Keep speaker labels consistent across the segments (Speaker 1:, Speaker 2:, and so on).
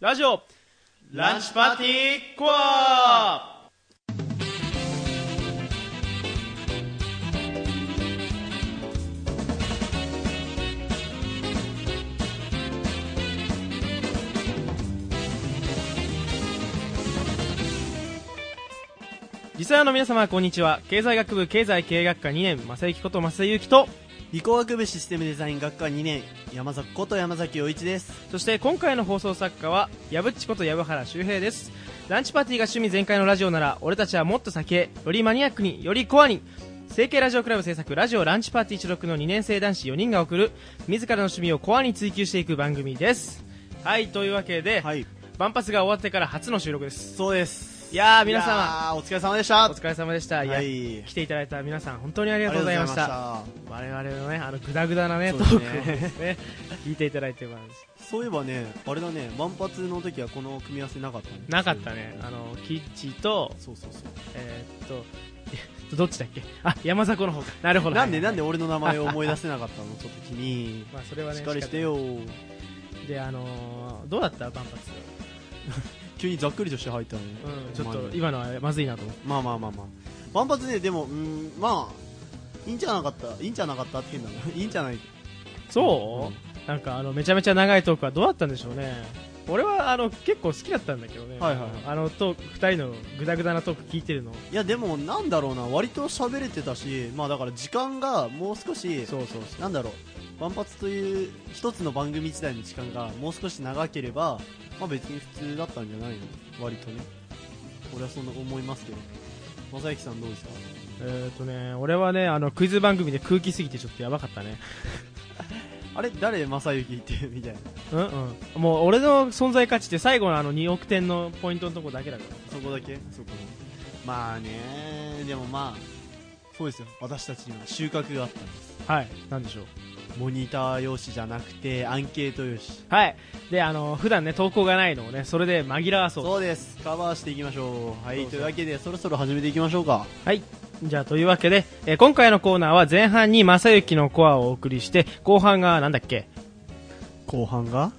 Speaker 1: ラジオランチパーティーコアリサヤの皆様こんにちは経済学部経済経営学科2年正幸こと正幸と
Speaker 2: 理工学部システムデザイン学科2年山崎こと山崎陽一です
Speaker 1: そして今回の放送作家は、やぶっちこと藪原周平です。ランチパーティーが趣味全開のラジオなら、俺たちはもっと先へ、よりマニアックに、よりコアに、成形ラジオクラブ制作ラジオランチパーティー所属の2年生男子4人が送る、自らの趣味をコアに追求していく番組です。はい、というわけで、
Speaker 2: はい
Speaker 1: 万発が終わってから初の収録です。
Speaker 2: そうです
Speaker 1: いやー、皆
Speaker 2: いや
Speaker 1: 様、
Speaker 2: ーお疲れ様でした
Speaker 1: お疲れ様でした。いや、
Speaker 2: はい
Speaker 1: 来ていただいた皆さん、本当にあり
Speaker 2: あ
Speaker 1: がとうございました。
Speaker 2: りがとうございま
Speaker 1: 我々のね、あの、グダグダなね、
Speaker 2: そう
Speaker 1: ト
Speaker 2: です
Speaker 1: ー
Speaker 2: ね
Speaker 1: クをですね、聞いていただいてます。
Speaker 2: したそういえばねあれだね万発の時はこの組み合わせなかったね
Speaker 1: なかったね、あのキッチと、
Speaker 2: そうそうそう
Speaker 1: えーっと、 えどっちだっけ、あ山迫の方か、なるほど、
Speaker 2: なんで
Speaker 1: はいは
Speaker 2: ないんで俺の名前を思い出せなかったのち ょっと君
Speaker 1: まあ、それはね、
Speaker 2: しっかりしてよ
Speaker 1: 仕方で、あのー、どうだった、万発、
Speaker 2: 急にざっくりとして入ったね
Speaker 1: うん、ちょっ
Speaker 2: お前
Speaker 1: と
Speaker 2: の
Speaker 1: 今のはまずいなと思って、
Speaker 2: まあまあまあまあ万発ねでもうんまあいいんじゃなかったいいんじゃなかったって変なのいいんじゃない
Speaker 1: そう、なんかあのめちゃめちゃ長いトークはどうだったんでしょうね。俺はあの結構好きだったんだけどね、
Speaker 2: はいはいはい
Speaker 1: あのと2人のグダグダなトーク聞いてるの、
Speaker 2: いやでもなんだろうな割と喋れてたしまあだから時間がもう少し
Speaker 1: そうそうそう、
Speaker 2: なんだろう万発という一つの番組自体の時間がもう少し長ければまあ別に普通だったんじゃないの割とね俺はそんな思いますけど正行さんどうですか
Speaker 1: えーっとね、俺はね、あのクイズ番組で空気すぎてちょっとやばかったね。
Speaker 2: あれ誰正行って みたいな
Speaker 1: うんうん、もう俺の存在価値って最後のあの2億点のポイントのとこだけだか
Speaker 2: そこだけそこまあねでもまあそうですよ私たちには収穫があったんです
Speaker 1: らはいなんでしょう
Speaker 2: モニター用紙じゃなくてアンケート用紙
Speaker 1: はいであの普段ね投稿がないのをねそれで紛らわそう
Speaker 2: そうですカバーしていきましょうはい
Speaker 1: そうそう
Speaker 2: というわけでそろそろ始めていきましょうか
Speaker 1: はいじゃあというわけで、えー今回のコーナーは前半に正幸のコアをお送りして後半がなんだっけ
Speaker 2: 後半が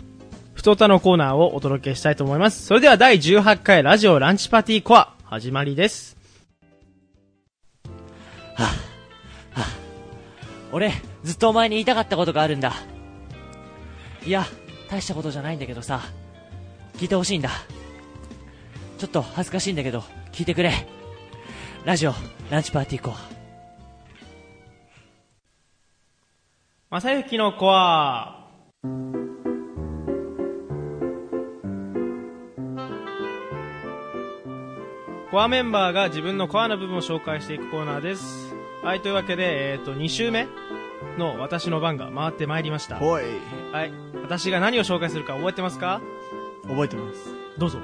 Speaker 1: ふとたのコーナーをお届けしたいと思いますそれでは第18回ラジオランチパーティーコア始まりです
Speaker 3: 俺ずっとお前に言いたかったことがあるんだいや大したことじゃないんだけどさ聞いてほしいんだちょっと恥ずかしいんだけど聞いてくれラジオランチパーティー行こう
Speaker 1: 正幸のコアコアメンバーが自分のコアの部分を紹介していくコーナーですはいというわけで、えー、と2週目の私の番が回ってまいりましたは
Speaker 2: はい
Speaker 1: い私が何を紹介するか覚えてますか
Speaker 2: 覚えてます
Speaker 1: どうぞ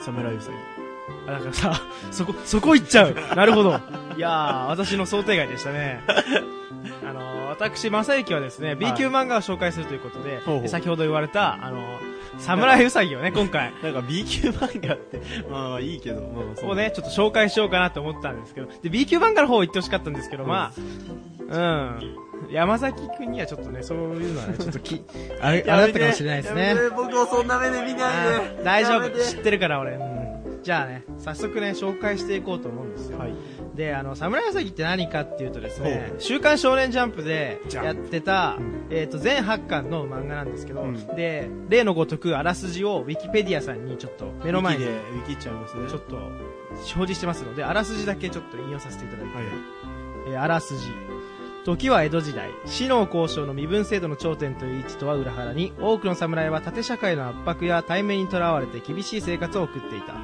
Speaker 2: 侍うさぎ
Speaker 1: あだからさ そこそこ行っちゃうなるほどいやー私の想定外でしたね あのー私正幸はですね B 級漫画を紹介するということで、
Speaker 2: ほうほう
Speaker 1: 先ほど言われたあのー侍うさぎをね今回
Speaker 2: なんか B 級漫画って まあまあいいけどまあまあ
Speaker 1: をねちょっと紹介しようかなと思ったんですけどで B 級漫画の方行ってほしかったんですけどまあうん山崎くんにはちょっとねそういうのはねちょっとき あれあれだったかもしれないですね
Speaker 2: 僕をそんな目で見
Speaker 1: あー大丈
Speaker 2: やめ
Speaker 1: 夫
Speaker 2: て
Speaker 1: 知ってるから俺、うん、じゃあね早速ね紹介していこうと思うんですよ、
Speaker 2: はい
Speaker 1: で、あの、侍うさぎって何かっていうとですね
Speaker 2: ほ、う
Speaker 1: 週刊少年ジャンプで
Speaker 2: ジャンプ
Speaker 1: やってた
Speaker 2: うん、
Speaker 1: えっ、と、全8巻の漫画なんですけど、
Speaker 2: うん
Speaker 1: で、例のごとくあらすじをウィキペディアさんにちょっと目
Speaker 2: 目
Speaker 1: の
Speaker 2: の
Speaker 1: 前
Speaker 2: 前
Speaker 1: に
Speaker 2: で
Speaker 1: ち
Speaker 2: 浮きっちゃいますね
Speaker 1: ょっと表示してますので、あらすじだけちょっと引用させていただいて、
Speaker 2: はい
Speaker 1: えーあらすじ。時は江戸時代、死の交渉の身分制度の頂点という位置とは裏腹に、多くの侍は縦社会の圧迫や対面にとらわれて厳しい生活を送っていた。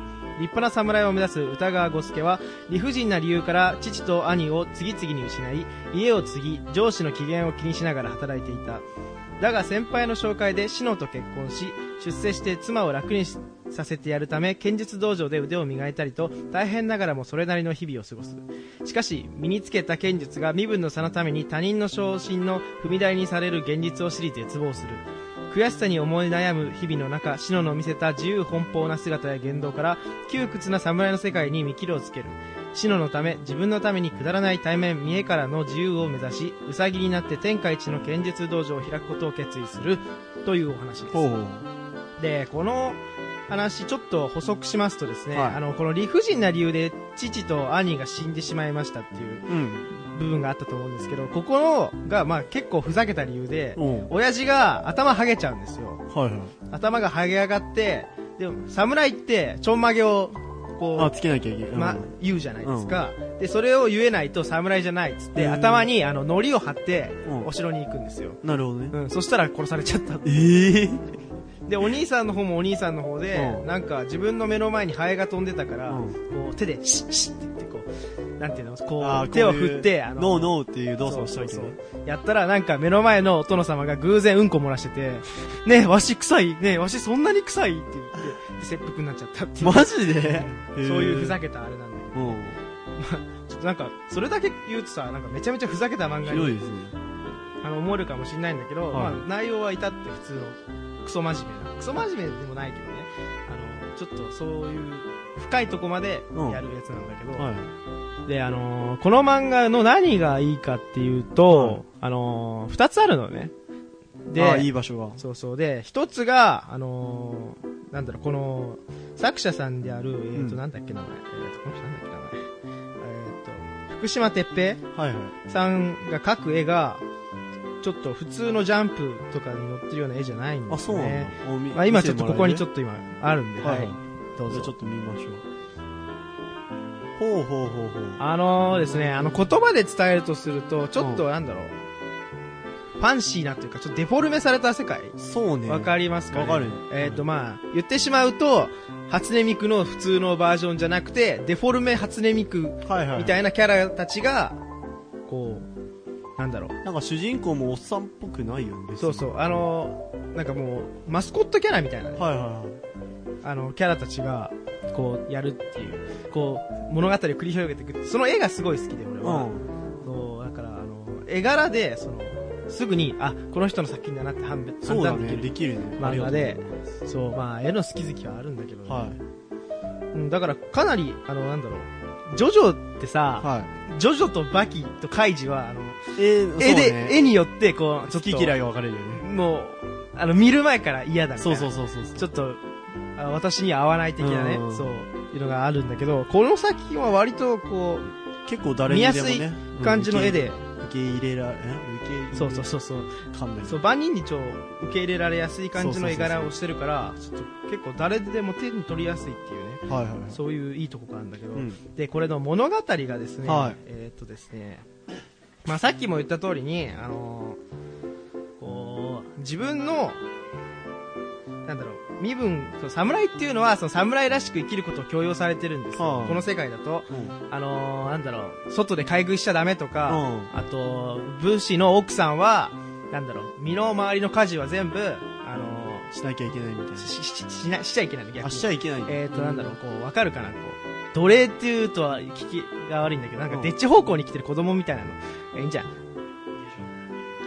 Speaker 1: 立派な侍を目指す歌川五助は、理不尽な理由から父と兄を次々に失い、家を継ぎ、上司の機嫌を気にしながら働いていた。だが先輩の紹介で志乃と結婚し、出世して妻を楽にしさせてやるため、剣術道場で腕を磨いたりと、大変ながらもそれなりの日々を過ごす。しかし、身につけた剣術が身分の差のために他人の昇進の踏み台にされる現実を知り絶望する。悔しさに思い悩む日々の中、シノの見せた自由奔放な姿や言動から、窮屈な侍の世界に見切りをつける。シノのため、自分のためにくだらない対面、見栄からの自由を目指し、ウサギになって天下一の剣術道場を開くことを決意する、というお話です。
Speaker 2: ほうほう
Speaker 1: で、この話ちょっと補足しますとですね、
Speaker 2: はい
Speaker 1: あのこの理不尽な理由で父と兄が死んでしまいましたっていう
Speaker 2: うん。
Speaker 1: 部分があったと思うんですけどここのがまあ結構ふざけた理由で
Speaker 2: うん。
Speaker 1: 親父が頭ハゲちゃうんですよ
Speaker 2: はいはい。
Speaker 1: 頭がハゲ上がってでも侍ってちょんまげを
Speaker 2: あ、
Speaker 1: こ
Speaker 2: つけなきゃいけない。
Speaker 1: う、
Speaker 2: うん
Speaker 1: ま、言うじゃないですか、でそれを言えないと侍じゃないっつって
Speaker 2: うん
Speaker 1: 頭にあの糊を貼って
Speaker 2: うん
Speaker 1: お城に行くんですよ、
Speaker 2: なるほどね。
Speaker 1: うん、そしたら殺されちゃった
Speaker 2: ええ。
Speaker 1: でお兄さんの方もお兄さんの方で、
Speaker 2: うん
Speaker 1: なんか自分の目の前にハエが飛んでたから、
Speaker 2: うん
Speaker 1: こう手でシッシッって言ってこうなんていうのこう
Speaker 2: あー
Speaker 1: 手を振ってあ
Speaker 2: ノーノーっていう動作をし
Speaker 1: そ
Speaker 2: た
Speaker 1: う
Speaker 2: わ
Speaker 1: そ
Speaker 2: け
Speaker 1: う
Speaker 2: ね。
Speaker 1: そうやったらなんか目の前のお殿様が偶然うんこ漏らしてて「ねえわし臭いねえわしそんなに臭い」って言ってで切腹になっちゃったっていう、
Speaker 2: マジで
Speaker 1: そういうふざ
Speaker 2: け。
Speaker 1: けたあれなんだけど
Speaker 2: うん。
Speaker 1: ちょっとなんかそれだけ言うとさなんかめちゃめちゃふざけた漫画
Speaker 2: ひど
Speaker 1: に
Speaker 2: いですね。
Speaker 1: あの思えるかもしれないんだけど、
Speaker 2: はい
Speaker 1: まあ、内容は至って普通のクソ真面目なクソ真面目でもないけどねあのちょっとそういう深いとこまでやるやつなんだけど、
Speaker 2: はい。
Speaker 1: であのーこの漫画の何がいいかっていうと、あのー二つあるのねで
Speaker 2: あー、いい場所が。
Speaker 1: そうそうで一つがあのーなんだろうこの作者さんであるえっ、ー、と、
Speaker 2: うん
Speaker 1: なんだっけ名前えっ、とこの人なんだっけ名前えっ、と福島哲平
Speaker 2: はいはい。
Speaker 1: さんが描く絵が、ちょっと普通のジャンプとかに載ってるような絵じゃないんですね。
Speaker 2: あ、そうなんだ。おみ
Speaker 1: まあ今ちょっとここにちょ
Speaker 2: っ
Speaker 1: っと今あるんで、は
Speaker 2: はい
Speaker 1: い。
Speaker 2: はい。
Speaker 1: どう
Speaker 2: じ
Speaker 1: ぞ。
Speaker 2: ゃあちょっと見ましょう。ほうほうほうほう。
Speaker 1: あのー、ですね、あの言葉で伝えるとすると、ちょっと
Speaker 2: う
Speaker 1: なんだろう、ファンシーなというか、ちょっとデフォルメされた世界。
Speaker 2: そうね。
Speaker 1: わかりますか、ね、
Speaker 2: わかる
Speaker 1: えっ、とまあ、言ってしまうと、初音ミクの普通のバージョンじゃなくて、デフォルメ初音ミク
Speaker 2: はいはい。
Speaker 1: みたいなキャラたちが、こう、なんだろう、
Speaker 2: なんか主人公もおっさんっぽくないよね。別に
Speaker 1: そうそう、あのー、なんかもう、マスコットキャラみたいなね、
Speaker 2: はいはいはい。
Speaker 1: あの、キャラたちが、こう、やるっていう、こう、物語を繰り広げていく。その絵がすごい好きで、俺は。
Speaker 2: う
Speaker 1: そう、だから、あの、絵柄で、その、すぐに、あ、この人の作品だなって判別、
Speaker 2: ん。そうだ
Speaker 1: 判断
Speaker 2: ね。
Speaker 1: できる
Speaker 2: できるね。
Speaker 1: 漫画で
Speaker 2: ありがとうございます
Speaker 1: そう、まあ、絵の好き好きはあるんだけど、ね
Speaker 2: は
Speaker 1: うん、だから、かなり、あの、なんだろう、ジョジョってさ
Speaker 2: い。、はい。
Speaker 1: ジョジョとバキとカイジは、あの、
Speaker 2: え
Speaker 1: 絵で、絵によって、こう、ちょ
Speaker 2: 好
Speaker 1: っ
Speaker 2: き
Speaker 1: と、
Speaker 2: 嫌いが分かれるよね。
Speaker 1: もう、あの、見る前から嫌だみたい
Speaker 2: そう
Speaker 1: な。
Speaker 2: そうそうそう。
Speaker 1: ちょっと、あ私に合わない的なね
Speaker 2: う、ん
Speaker 1: そう、いうのがあるんだけど、この作品は割とこ
Speaker 2: 結構誰にでも
Speaker 1: 見や
Speaker 2: ね。
Speaker 1: う、感じの絵で、
Speaker 2: うん。受け入れられ、え受け入れ
Speaker 1: そうそうそうそう、
Speaker 2: う。勘弁。
Speaker 1: そう、万人にちょ、受け入れられやすい感じの絵柄をしてるから、ちょっと結構誰でも手に取りやすいっていうね、
Speaker 2: はいはい。
Speaker 1: そういういいとこがあるんだけど、
Speaker 2: うん。
Speaker 1: で、これの物語がですね、
Speaker 2: はい
Speaker 1: えーっとですね、まあさっきも言った通りに、あのーこう、自分の、なんだろう、身分、その侍っていうのは、その侍らしく生きることを強要されてるんですよ。
Speaker 2: はあ
Speaker 1: この世界だと、
Speaker 2: うん。
Speaker 1: あのーなんだろう、外で買い食いしちゃダメとか、
Speaker 2: うん
Speaker 1: あと、武士の奥さんは、なんだろう、身の回りの家事は全部、あの
Speaker 2: しなきゃいけないみたい
Speaker 1: ーし、し、し、しな、しちゃいけないの、逆
Speaker 2: な。
Speaker 1: に
Speaker 2: あ、しちゃいけない。
Speaker 1: えーと、なんだろう、こう、わかるかな、こう、奴隷っていうとは聞きが悪いんだけど、なんか、
Speaker 2: うん
Speaker 1: でっち方向に来てる子供みたいなの。えいいんじゃん。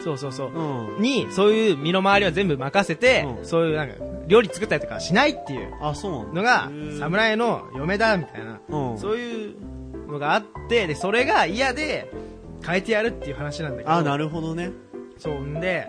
Speaker 1: そうそうそう。
Speaker 2: うん。
Speaker 1: に、そういう身の回りは全部任せて、
Speaker 2: うん
Speaker 1: そういう、なんか、料理作ったりとかはしないっていう
Speaker 2: あ、そうなんだ。
Speaker 1: のが
Speaker 2: へ、ー
Speaker 1: 侍の嫁だ、みたいな。
Speaker 2: うん。
Speaker 1: そういうのがあって、で、それが嫌で、変えてやるっていう話なんだけど。
Speaker 2: あ、なるほどね。
Speaker 1: そう、んで、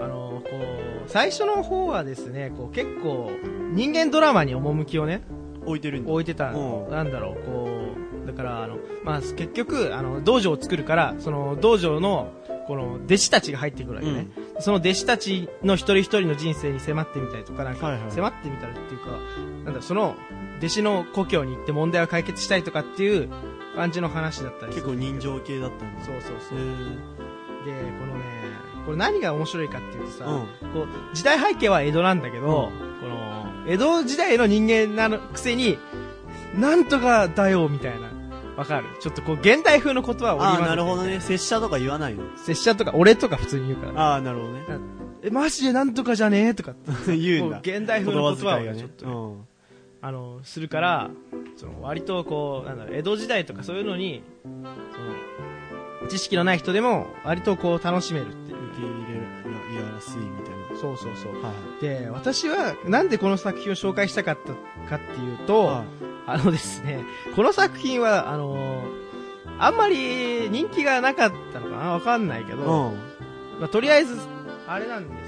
Speaker 1: あの、こう、最初の方はですね、こう、結構、人間ドラマに趣をね、
Speaker 2: 置いてるんだ。
Speaker 1: 置いてた、
Speaker 2: うん
Speaker 1: なんだろう、こう、だから、あの、まあ、結局、あの、道場を作るから、その、道場の、この、弟子たちが入ってくるわけね。その弟子たちの一人一人の人生に迫ってみたりとか、なんか、
Speaker 2: はいはい
Speaker 1: 迫ってみたりっていうか、なんだろう、その、弟子の故郷に行って問題を解決したいとかっていう感じの話だったりす
Speaker 2: 結
Speaker 1: る。
Speaker 2: 構人情系だったんだ。
Speaker 1: そうそうそう。
Speaker 2: へ
Speaker 1: で、
Speaker 2: ー
Speaker 1: このね、これ何が面白いかっていうとさ、
Speaker 2: うん。
Speaker 1: こう、時代背景は江戸なんだけど、この、江戸時代の人間なのくせに、なんとかだよ、みたいな。わかるちょっとこう、現代風の言葉を織
Speaker 2: あ
Speaker 1: り
Speaker 2: ー、
Speaker 1: 交ぜて。
Speaker 2: なるほどね。拙者とか言わないの。
Speaker 1: 拙者とか、俺とか普通に言うから。
Speaker 2: あー、なるほどね。
Speaker 1: え、マジでなんとかじゃねえとかって。
Speaker 2: 言うん
Speaker 1: こ
Speaker 2: だ。
Speaker 1: う現代風の言葉をね
Speaker 2: 言
Speaker 1: ち
Speaker 2: 葉
Speaker 1: ょっ
Speaker 2: 遣
Speaker 1: と
Speaker 2: いが
Speaker 1: ね
Speaker 2: ね。うん。
Speaker 1: あの、するから、その、割とこう、なんだろう、江戸時代とかそういうのに、その、知識のない人でも、割とこう、楽しめるっていう。
Speaker 2: 受け入れややすいみたい
Speaker 1: そうそうそう。
Speaker 2: な。はい。
Speaker 1: で、私は、なんでこの作品を紹介したかったかっていうと、あのですね、この作品は、あのあんまり人気がなかったのかなわかんないけ
Speaker 2: う
Speaker 1: ど、
Speaker 2: ん。
Speaker 1: まあとりあえず、あれなんですよ。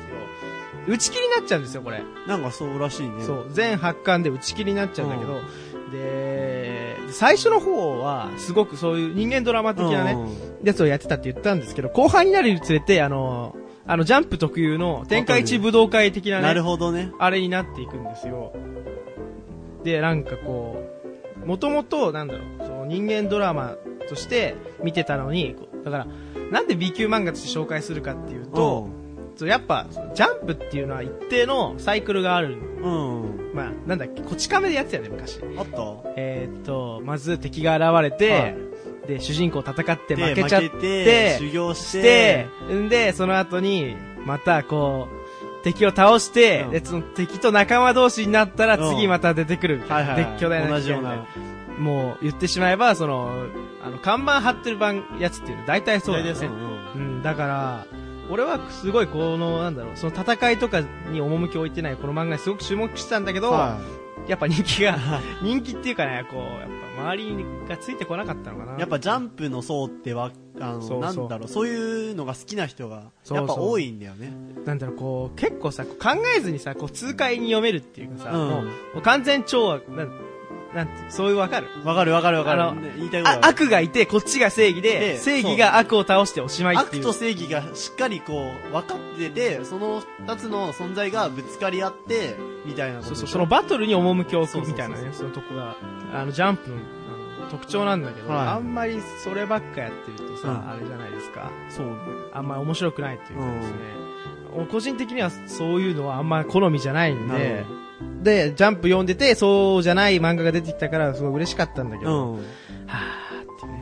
Speaker 1: 打ち切りになっちゃうんですよ、これ。
Speaker 2: なんかそうらしいね。
Speaker 1: そう。全8巻で打ち切りになっちゃうんだけど、で、最初の方は、すごくそういう人間ドラマ的なね、
Speaker 2: うん
Speaker 1: やつをやってたって言ったんですけど、後半になるにつれて、あの、あの、ジャンプ特有の展開一武道会的なね、
Speaker 2: なるほどね。
Speaker 1: あれになっていくんですよ。で、なんかこう、もともと、なんだろう、その人間ドラマとして見てたのに、こうだから、なんで B 級漫画として紹介するかっていうと、そうやっぱ、そのジャンプっていうのは一定のサイクルがある。
Speaker 2: うん。うん。
Speaker 1: まあ、なんだっけ、こち亀でやってたよね、昔。
Speaker 2: あった
Speaker 1: えーっと、まず敵が現れて、
Speaker 2: はい
Speaker 1: で、主人公戦って
Speaker 2: で
Speaker 1: 負けちゃっ
Speaker 2: 負け
Speaker 1: て、
Speaker 2: 修行し
Speaker 1: して
Speaker 2: て、、
Speaker 1: んで、その後に、またこう、敵を倒して、
Speaker 2: うん
Speaker 1: で、その敵と仲間同士になったら
Speaker 2: うん
Speaker 1: 次また出てくるみた
Speaker 2: はい
Speaker 1: いな。
Speaker 2: はいはい。
Speaker 1: で巨大な
Speaker 2: 同
Speaker 1: 機
Speaker 2: じ
Speaker 1: 械
Speaker 2: よ
Speaker 1: み
Speaker 2: う
Speaker 1: たいな
Speaker 2: な。
Speaker 1: もう言ってしまえば、その、あの、看板貼ってる番やつっていうの大体そうだ
Speaker 2: で
Speaker 1: よ
Speaker 2: す
Speaker 1: ね
Speaker 2: う。ん。
Speaker 1: うん、だから、俺はすごいこの、なんだろう、その戦いとかに趣を置いてないこの漫画にすごく注目してたんだけど、
Speaker 2: は
Speaker 1: やっぱ人気が、人気っていうかね、こう、やっぱ周りがついてこなかったのかな。
Speaker 2: いやっぱジャンプの層ってわ、あ
Speaker 1: そうそう
Speaker 2: の、なんだろう、そういうのが好きな人が、
Speaker 1: そうそう
Speaker 2: やっぱ多いんだよね。
Speaker 1: なんだろう、こう、結構さ、こう考えずにさ、こう、痛快に読めるっていうかさ、
Speaker 2: うん
Speaker 1: もう、もう完全超悪、なん、なんて、そういうわかる
Speaker 2: わかるわかるわか
Speaker 1: あの
Speaker 2: る。ね言いたいこと
Speaker 1: あ
Speaker 2: は
Speaker 1: 悪がいて、こっちが正義で、
Speaker 2: で
Speaker 1: 正義が悪を倒しておしまいっていう。
Speaker 2: 悪と正義がしっかりこう、分かってて、その二つの存在がぶつかり合って、みたいなこと
Speaker 1: そう
Speaker 2: でし
Speaker 1: そ
Speaker 2: ょ
Speaker 1: う、そのバトルに趣を置
Speaker 2: そう
Speaker 1: く
Speaker 2: そうそう
Speaker 1: みたいなね、そのとこが、あの、ジャンプの、あの特徴なんだけど、
Speaker 2: はい
Speaker 1: あんまりそればっかやってるとさ、
Speaker 2: うん
Speaker 1: あれじゃないですか。
Speaker 2: そうね。
Speaker 1: あんま面白くないっていうかですね。個人的にはそういうのはあんま好みじゃないん
Speaker 2: な
Speaker 1: で
Speaker 2: る、
Speaker 1: で、ジャンプ読んでて、そうじゃない漫画が出てきたから、すごい嬉しかったんだけど、
Speaker 2: うん。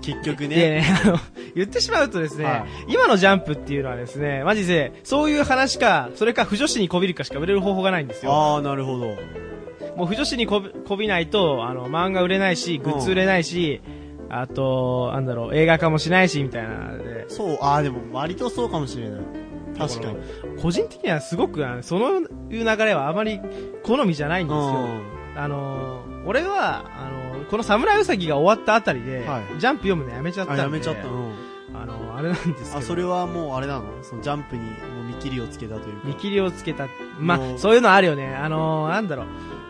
Speaker 2: 結局
Speaker 1: で
Speaker 2: ね。
Speaker 1: ね、あの、 言ってしまうとですね、
Speaker 2: はい
Speaker 1: 今のジャンプっていうのはですね、マジで、そういう話か、それか不女子にこびるかしか売れる方法がないんですよ。
Speaker 2: ああ、なるほど。
Speaker 1: もう不女子にこびこびないと、あの、漫画売れないし、グッズ売れないし、あと、なんだろう、映画化もしないし、みたいなので、
Speaker 2: そう、ああ、でも割とそうかもしれない。確かに。
Speaker 1: 個人的にはすごく、あのそのいう流れはあまり好みじゃないんですよ。あのー、俺は、あのー、この侍うさぎが終わったあたりで、
Speaker 2: はい
Speaker 1: ジャンプ読むのやめちゃったん
Speaker 2: あ、
Speaker 1: で。
Speaker 2: やめちゃったの。
Speaker 1: あのー、あれなんですけど。
Speaker 2: あ、それはもうあれなのそのジャンプにもう見切りをつけたというか。
Speaker 1: 見切りをつけた。ま
Speaker 2: も
Speaker 1: あ、
Speaker 2: う
Speaker 1: そういうのあるよね。あのー、なんだろう。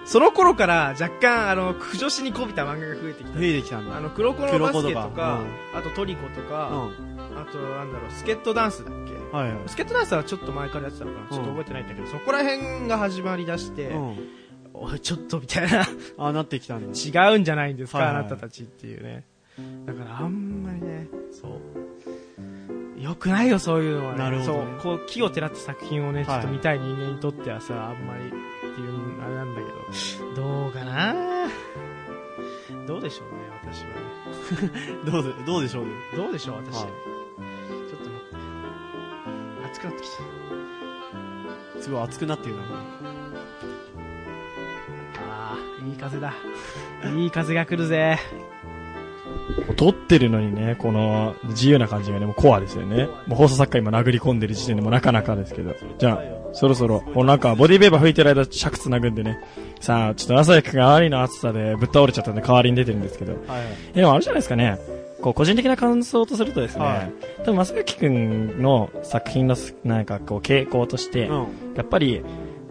Speaker 1: その頃から若干、あの、苦女子にこびた漫画が増えてきた。
Speaker 2: 増えてきたんだ。
Speaker 1: あの、黒子のバスケと
Speaker 2: 黒
Speaker 1: か、
Speaker 2: 子とか
Speaker 1: あとトリコと
Speaker 2: う
Speaker 1: か、
Speaker 2: ん。
Speaker 1: あと、なんだろう、スケットダンスだっけ
Speaker 2: はいはい。
Speaker 1: スケットダンスはちょっと前からやってたのかな、ちょっと覚えてないんだけど、そこら辺が始まりだして、
Speaker 2: うん。
Speaker 1: おい、ちょっとみたいな、
Speaker 2: ああ、なってきたんだ。
Speaker 1: 違うんじゃないんですか、
Speaker 2: はいはい
Speaker 1: あなたたちっていうね。だからあんまりね、そう。よくないよ、そういうのはね。
Speaker 2: なるほどね
Speaker 1: そう、こう、木をてらった作品をね、ちょ
Speaker 2: はい
Speaker 1: っと見たい人間にとってはさ、あんまりっていう、あれなんだけど、どうかなどうでしょうね、私はね。
Speaker 2: どうで、どうでしょうね。
Speaker 1: どうでしょう、私。
Speaker 2: はい
Speaker 1: ちょっと待って。熱くなってきちゃ
Speaker 2: すごい熱くなってるな。
Speaker 1: った。ああ、いい風だ。いい風が来るぜ。
Speaker 4: 撮ってるのにね、この自由な感じがね、もうコアですよね。もう放送作家今殴り込んでる時点でもうなかなかですけど。じゃあ、そろそろ、もうなんかボディーベーバー吹いてる間尺つなぐんでね。さあ、ちょっと朝焼くがあまりの暑さでぶっ倒れちゃったんで代わりに出てるんですけど。
Speaker 2: はいはい。
Speaker 4: でもあれじゃないですかね。こう、個人的な感想とするとですね、
Speaker 2: はい
Speaker 4: 多分、まさゆきくんの作品のす、なんかこう、傾向として、
Speaker 2: う
Speaker 4: やっぱり、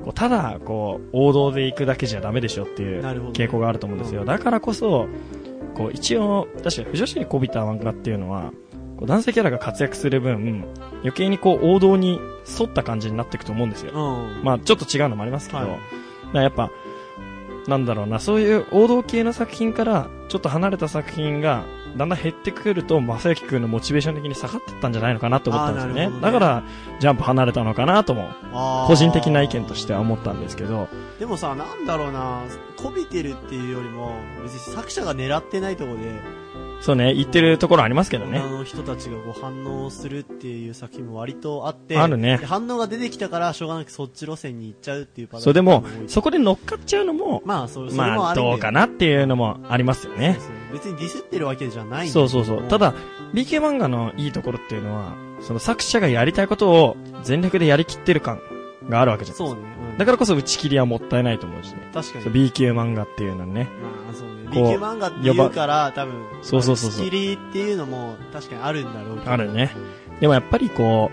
Speaker 4: こうただ、こう、王道で行くだけじゃダメでしょっていう
Speaker 2: なるほど
Speaker 4: 傾向があると思うんですよ。だからこそ、こう、一応、確かに、不女子にこびた漫画っていうのは、こう男性キャラが活躍する分、余計にこう、王道に沿った感じになっていくと思うんですよ。
Speaker 2: ん。うん。
Speaker 4: まあ、ちょっと違うのもありますけど、
Speaker 2: はい
Speaker 4: だからやっぱ、なんだろうな、そういう王道系の作品から、ちょっと離れた作品が、だんだん減ってくると、正幸くんのモチベーション的に下がってったんじゃないのかなと思ったんですよ
Speaker 2: あーな
Speaker 4: ね。
Speaker 2: るほど
Speaker 4: だ
Speaker 2: ね
Speaker 4: から、ジャンプ離れたのかなとも
Speaker 2: あー
Speaker 4: 個人的な意見としては思ったんですけど、
Speaker 2: でもさ、なんだろうな、こびてるっていうよりも、別に作者が狙ってないところで、
Speaker 4: そうね、言ってるところありますけど
Speaker 2: 女
Speaker 4: ね。
Speaker 2: の人たちがこう反応するっていう作品も割とあって、
Speaker 4: あるね
Speaker 2: で反応が出てきたから、しょうがなくそっち路線に行っちゃうっていうパターン。
Speaker 4: そうでも
Speaker 2: 多、い
Speaker 4: そこで乗っかっちゃうのも、
Speaker 2: まあ、そそれもあるん
Speaker 4: まあ、
Speaker 2: だよ
Speaker 4: どうかなっていうのもありますよね
Speaker 2: そう。そう別にディスってるわけじゃないんだけ
Speaker 4: そ
Speaker 2: ど
Speaker 4: うそうそう。た、だ、BK 漫画のいいところっていうのは、その作者がやりたいことを全力でやりきってる感があるわけじゃないで
Speaker 2: そ
Speaker 4: す
Speaker 2: う
Speaker 4: か。
Speaker 2: ね。か
Speaker 4: だからこそ打ち切りはもったいないと思うしね。
Speaker 2: ら、確かに
Speaker 4: そう。BK 漫画っていうのはね。
Speaker 2: まあ、そうね。
Speaker 4: こう
Speaker 2: B 級漫画って言うから、多分、
Speaker 4: そうそうそうそう
Speaker 2: 仕切りっていうのも確かにあるんだろうけど。
Speaker 4: あるねでもやっぱりこ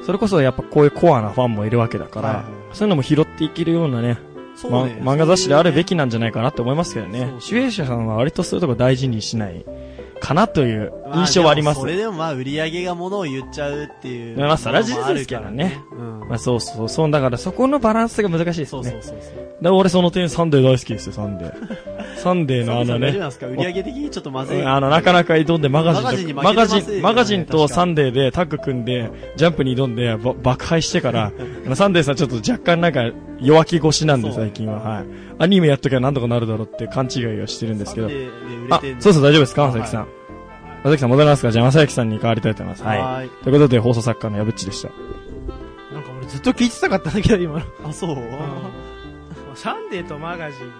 Speaker 4: う、それこそやっぱこういうコアなファンもいるわけだから、
Speaker 2: はいはい
Speaker 4: そういうのも拾っていけるようなね、
Speaker 2: そうね。
Speaker 4: ま漫画雑誌であるべき
Speaker 2: な。
Speaker 4: なんじゃないかなって思いますけど
Speaker 2: そう
Speaker 4: ね
Speaker 2: そ。う
Speaker 4: 主演者さんは割とそういうとこ大事にしないかなという印象はあります。
Speaker 2: でもそれでもまあ、売り上げがものを言っちゃうっていう。
Speaker 4: まあそれは事実ですからね
Speaker 2: ものもあるからね。
Speaker 4: まあそうそうそうそう、だからそこのバランスが難し
Speaker 2: うん。
Speaker 4: いです
Speaker 2: そ
Speaker 4: ね。
Speaker 2: うそうそうそう。
Speaker 4: で俺その点サンデー大好きですよ、サ ンデー。サンデーのあ
Speaker 2: サ
Speaker 4: の
Speaker 2: ンデーさん大丈夫
Speaker 4: ね、
Speaker 2: なんですか売り上げ的にちょっとまずい。
Speaker 4: あの、なかなか挑んでマガジンと、マ
Speaker 2: マガ
Speaker 4: ガジ
Speaker 2: ジンに負けてますよ
Speaker 4: ン、
Speaker 2: ね
Speaker 4: マガジンと
Speaker 2: 確か
Speaker 4: サンデーでタッグ組んで、ジャンプに挑んで、ば爆敗して から、あのサンデーさんちょっと若干なんか弱気腰なんで
Speaker 2: そう
Speaker 4: 最近は、はい。アニメやっときゃなんとかなるだろうって勘違いをしてるんですけど
Speaker 2: サン。デーで売れ
Speaker 4: あ
Speaker 2: てん、の
Speaker 4: そうそう、大丈夫ですか正木さん。正木さん戻りますかじゃあ、正木さんに代わりたいと思います。
Speaker 2: は
Speaker 4: は
Speaker 2: ー
Speaker 4: い
Speaker 2: い。
Speaker 4: ということで、放送作家の矢渕でした。
Speaker 1: なんか俺ずっと聞いてたかったんだけど、今の。
Speaker 2: あ、そう
Speaker 1: サンデーとマガジンで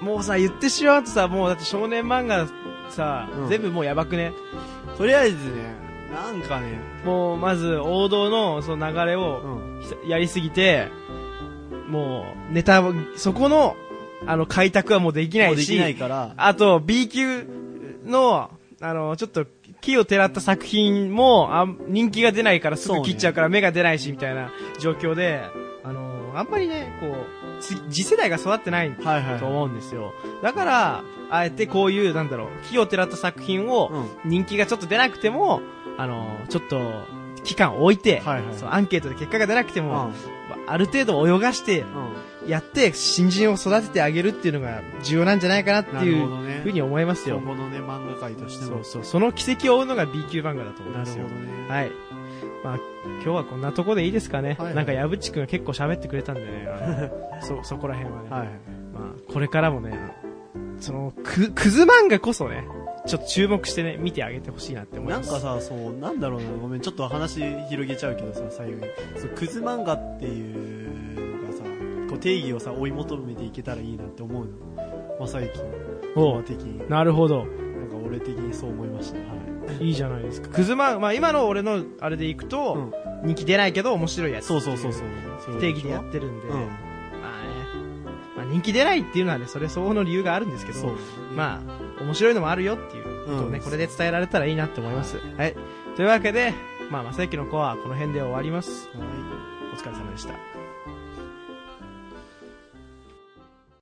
Speaker 1: もうさ、言ってしまうとさ、もうだって少年漫画さ、
Speaker 2: うん
Speaker 1: 全部もうやばくね。
Speaker 2: とりあえずね、なんかね、
Speaker 1: もうまず王道のその流れを
Speaker 2: うん。
Speaker 1: やりすぎて、もうネタ、そこの、あの、開拓はもうできな
Speaker 2: もう
Speaker 1: い
Speaker 2: で
Speaker 1: し、
Speaker 2: きないから、
Speaker 1: あと B 級の、あの、ちょっと、木をてらった作品も、あ人気が出ないからすぐ切っちゃうから目が出ないし、みたいな状況で、あの、あんまりね、こう、つ次世代が育ってない
Speaker 2: はいはい。
Speaker 1: と思うんですよ。だから、あえてこういう、なんだろう、木をてらった作品を、
Speaker 2: うん。
Speaker 1: 人気がちょっと出なくても、あの、ちょっと、期間を置いて、
Speaker 2: はいはい
Speaker 1: そのアンケートで結果が出なくて
Speaker 2: う
Speaker 1: も、
Speaker 2: ん。
Speaker 1: ある程度泳がして、
Speaker 2: うん。
Speaker 1: やって、新人を育ててあげるっていうのが重要なんじゃないかなって
Speaker 2: ないる
Speaker 1: う
Speaker 2: ほどね
Speaker 1: ふう。に思いますよ
Speaker 2: 今。後のね、漫画界として
Speaker 1: そ
Speaker 2: も
Speaker 1: う。そう。その奇跡を追うのが B 級漫画だと思うん
Speaker 2: な
Speaker 1: で
Speaker 2: る
Speaker 1: す
Speaker 2: ほ
Speaker 1: よ
Speaker 2: ど。ね。
Speaker 1: はい。まあ、今日はこんなとこでいいですかね。
Speaker 2: はいはい
Speaker 1: なんか、矢渕くんが結構喋ってくれたんでね。あ のそ、そこら辺はね。
Speaker 2: はい。
Speaker 1: まあ、これからもね、その、く、クズ漫画こそね、ちょっと注目してね、見てあげてほしいなって思い
Speaker 2: な
Speaker 1: ま
Speaker 2: ん
Speaker 1: す。
Speaker 2: かさ、そう、なんだろうな、ごめん、ちょっと話広げちゃうけどさ、最後に。そう、クズ漫画っていうのがさ、こう定義をさ、追い求めていけたらいいなって思うの。まさゆき、
Speaker 1: おう
Speaker 2: 的に。なんか
Speaker 1: なるほど。
Speaker 2: 俺的にそう思いました。はい。
Speaker 1: いいじゃないですか。クズ漫画、まあ今の俺のあれでいくと、人気出ないけど面白いやつ。
Speaker 2: そうそうそうそう。そう
Speaker 1: 定義でやってるんで、
Speaker 2: うん。
Speaker 1: まあね。まあ人気出ないっていうのはね、それ相応の理由があるんですけど、
Speaker 2: そう。
Speaker 1: まあ、面白いのもあるよっていうことをね、
Speaker 2: うん
Speaker 1: これで伝えられたらいいなって思います。はい。というわけで、まあ、正幸の子はこの辺で終わります。
Speaker 2: はい
Speaker 1: お疲れ様でした。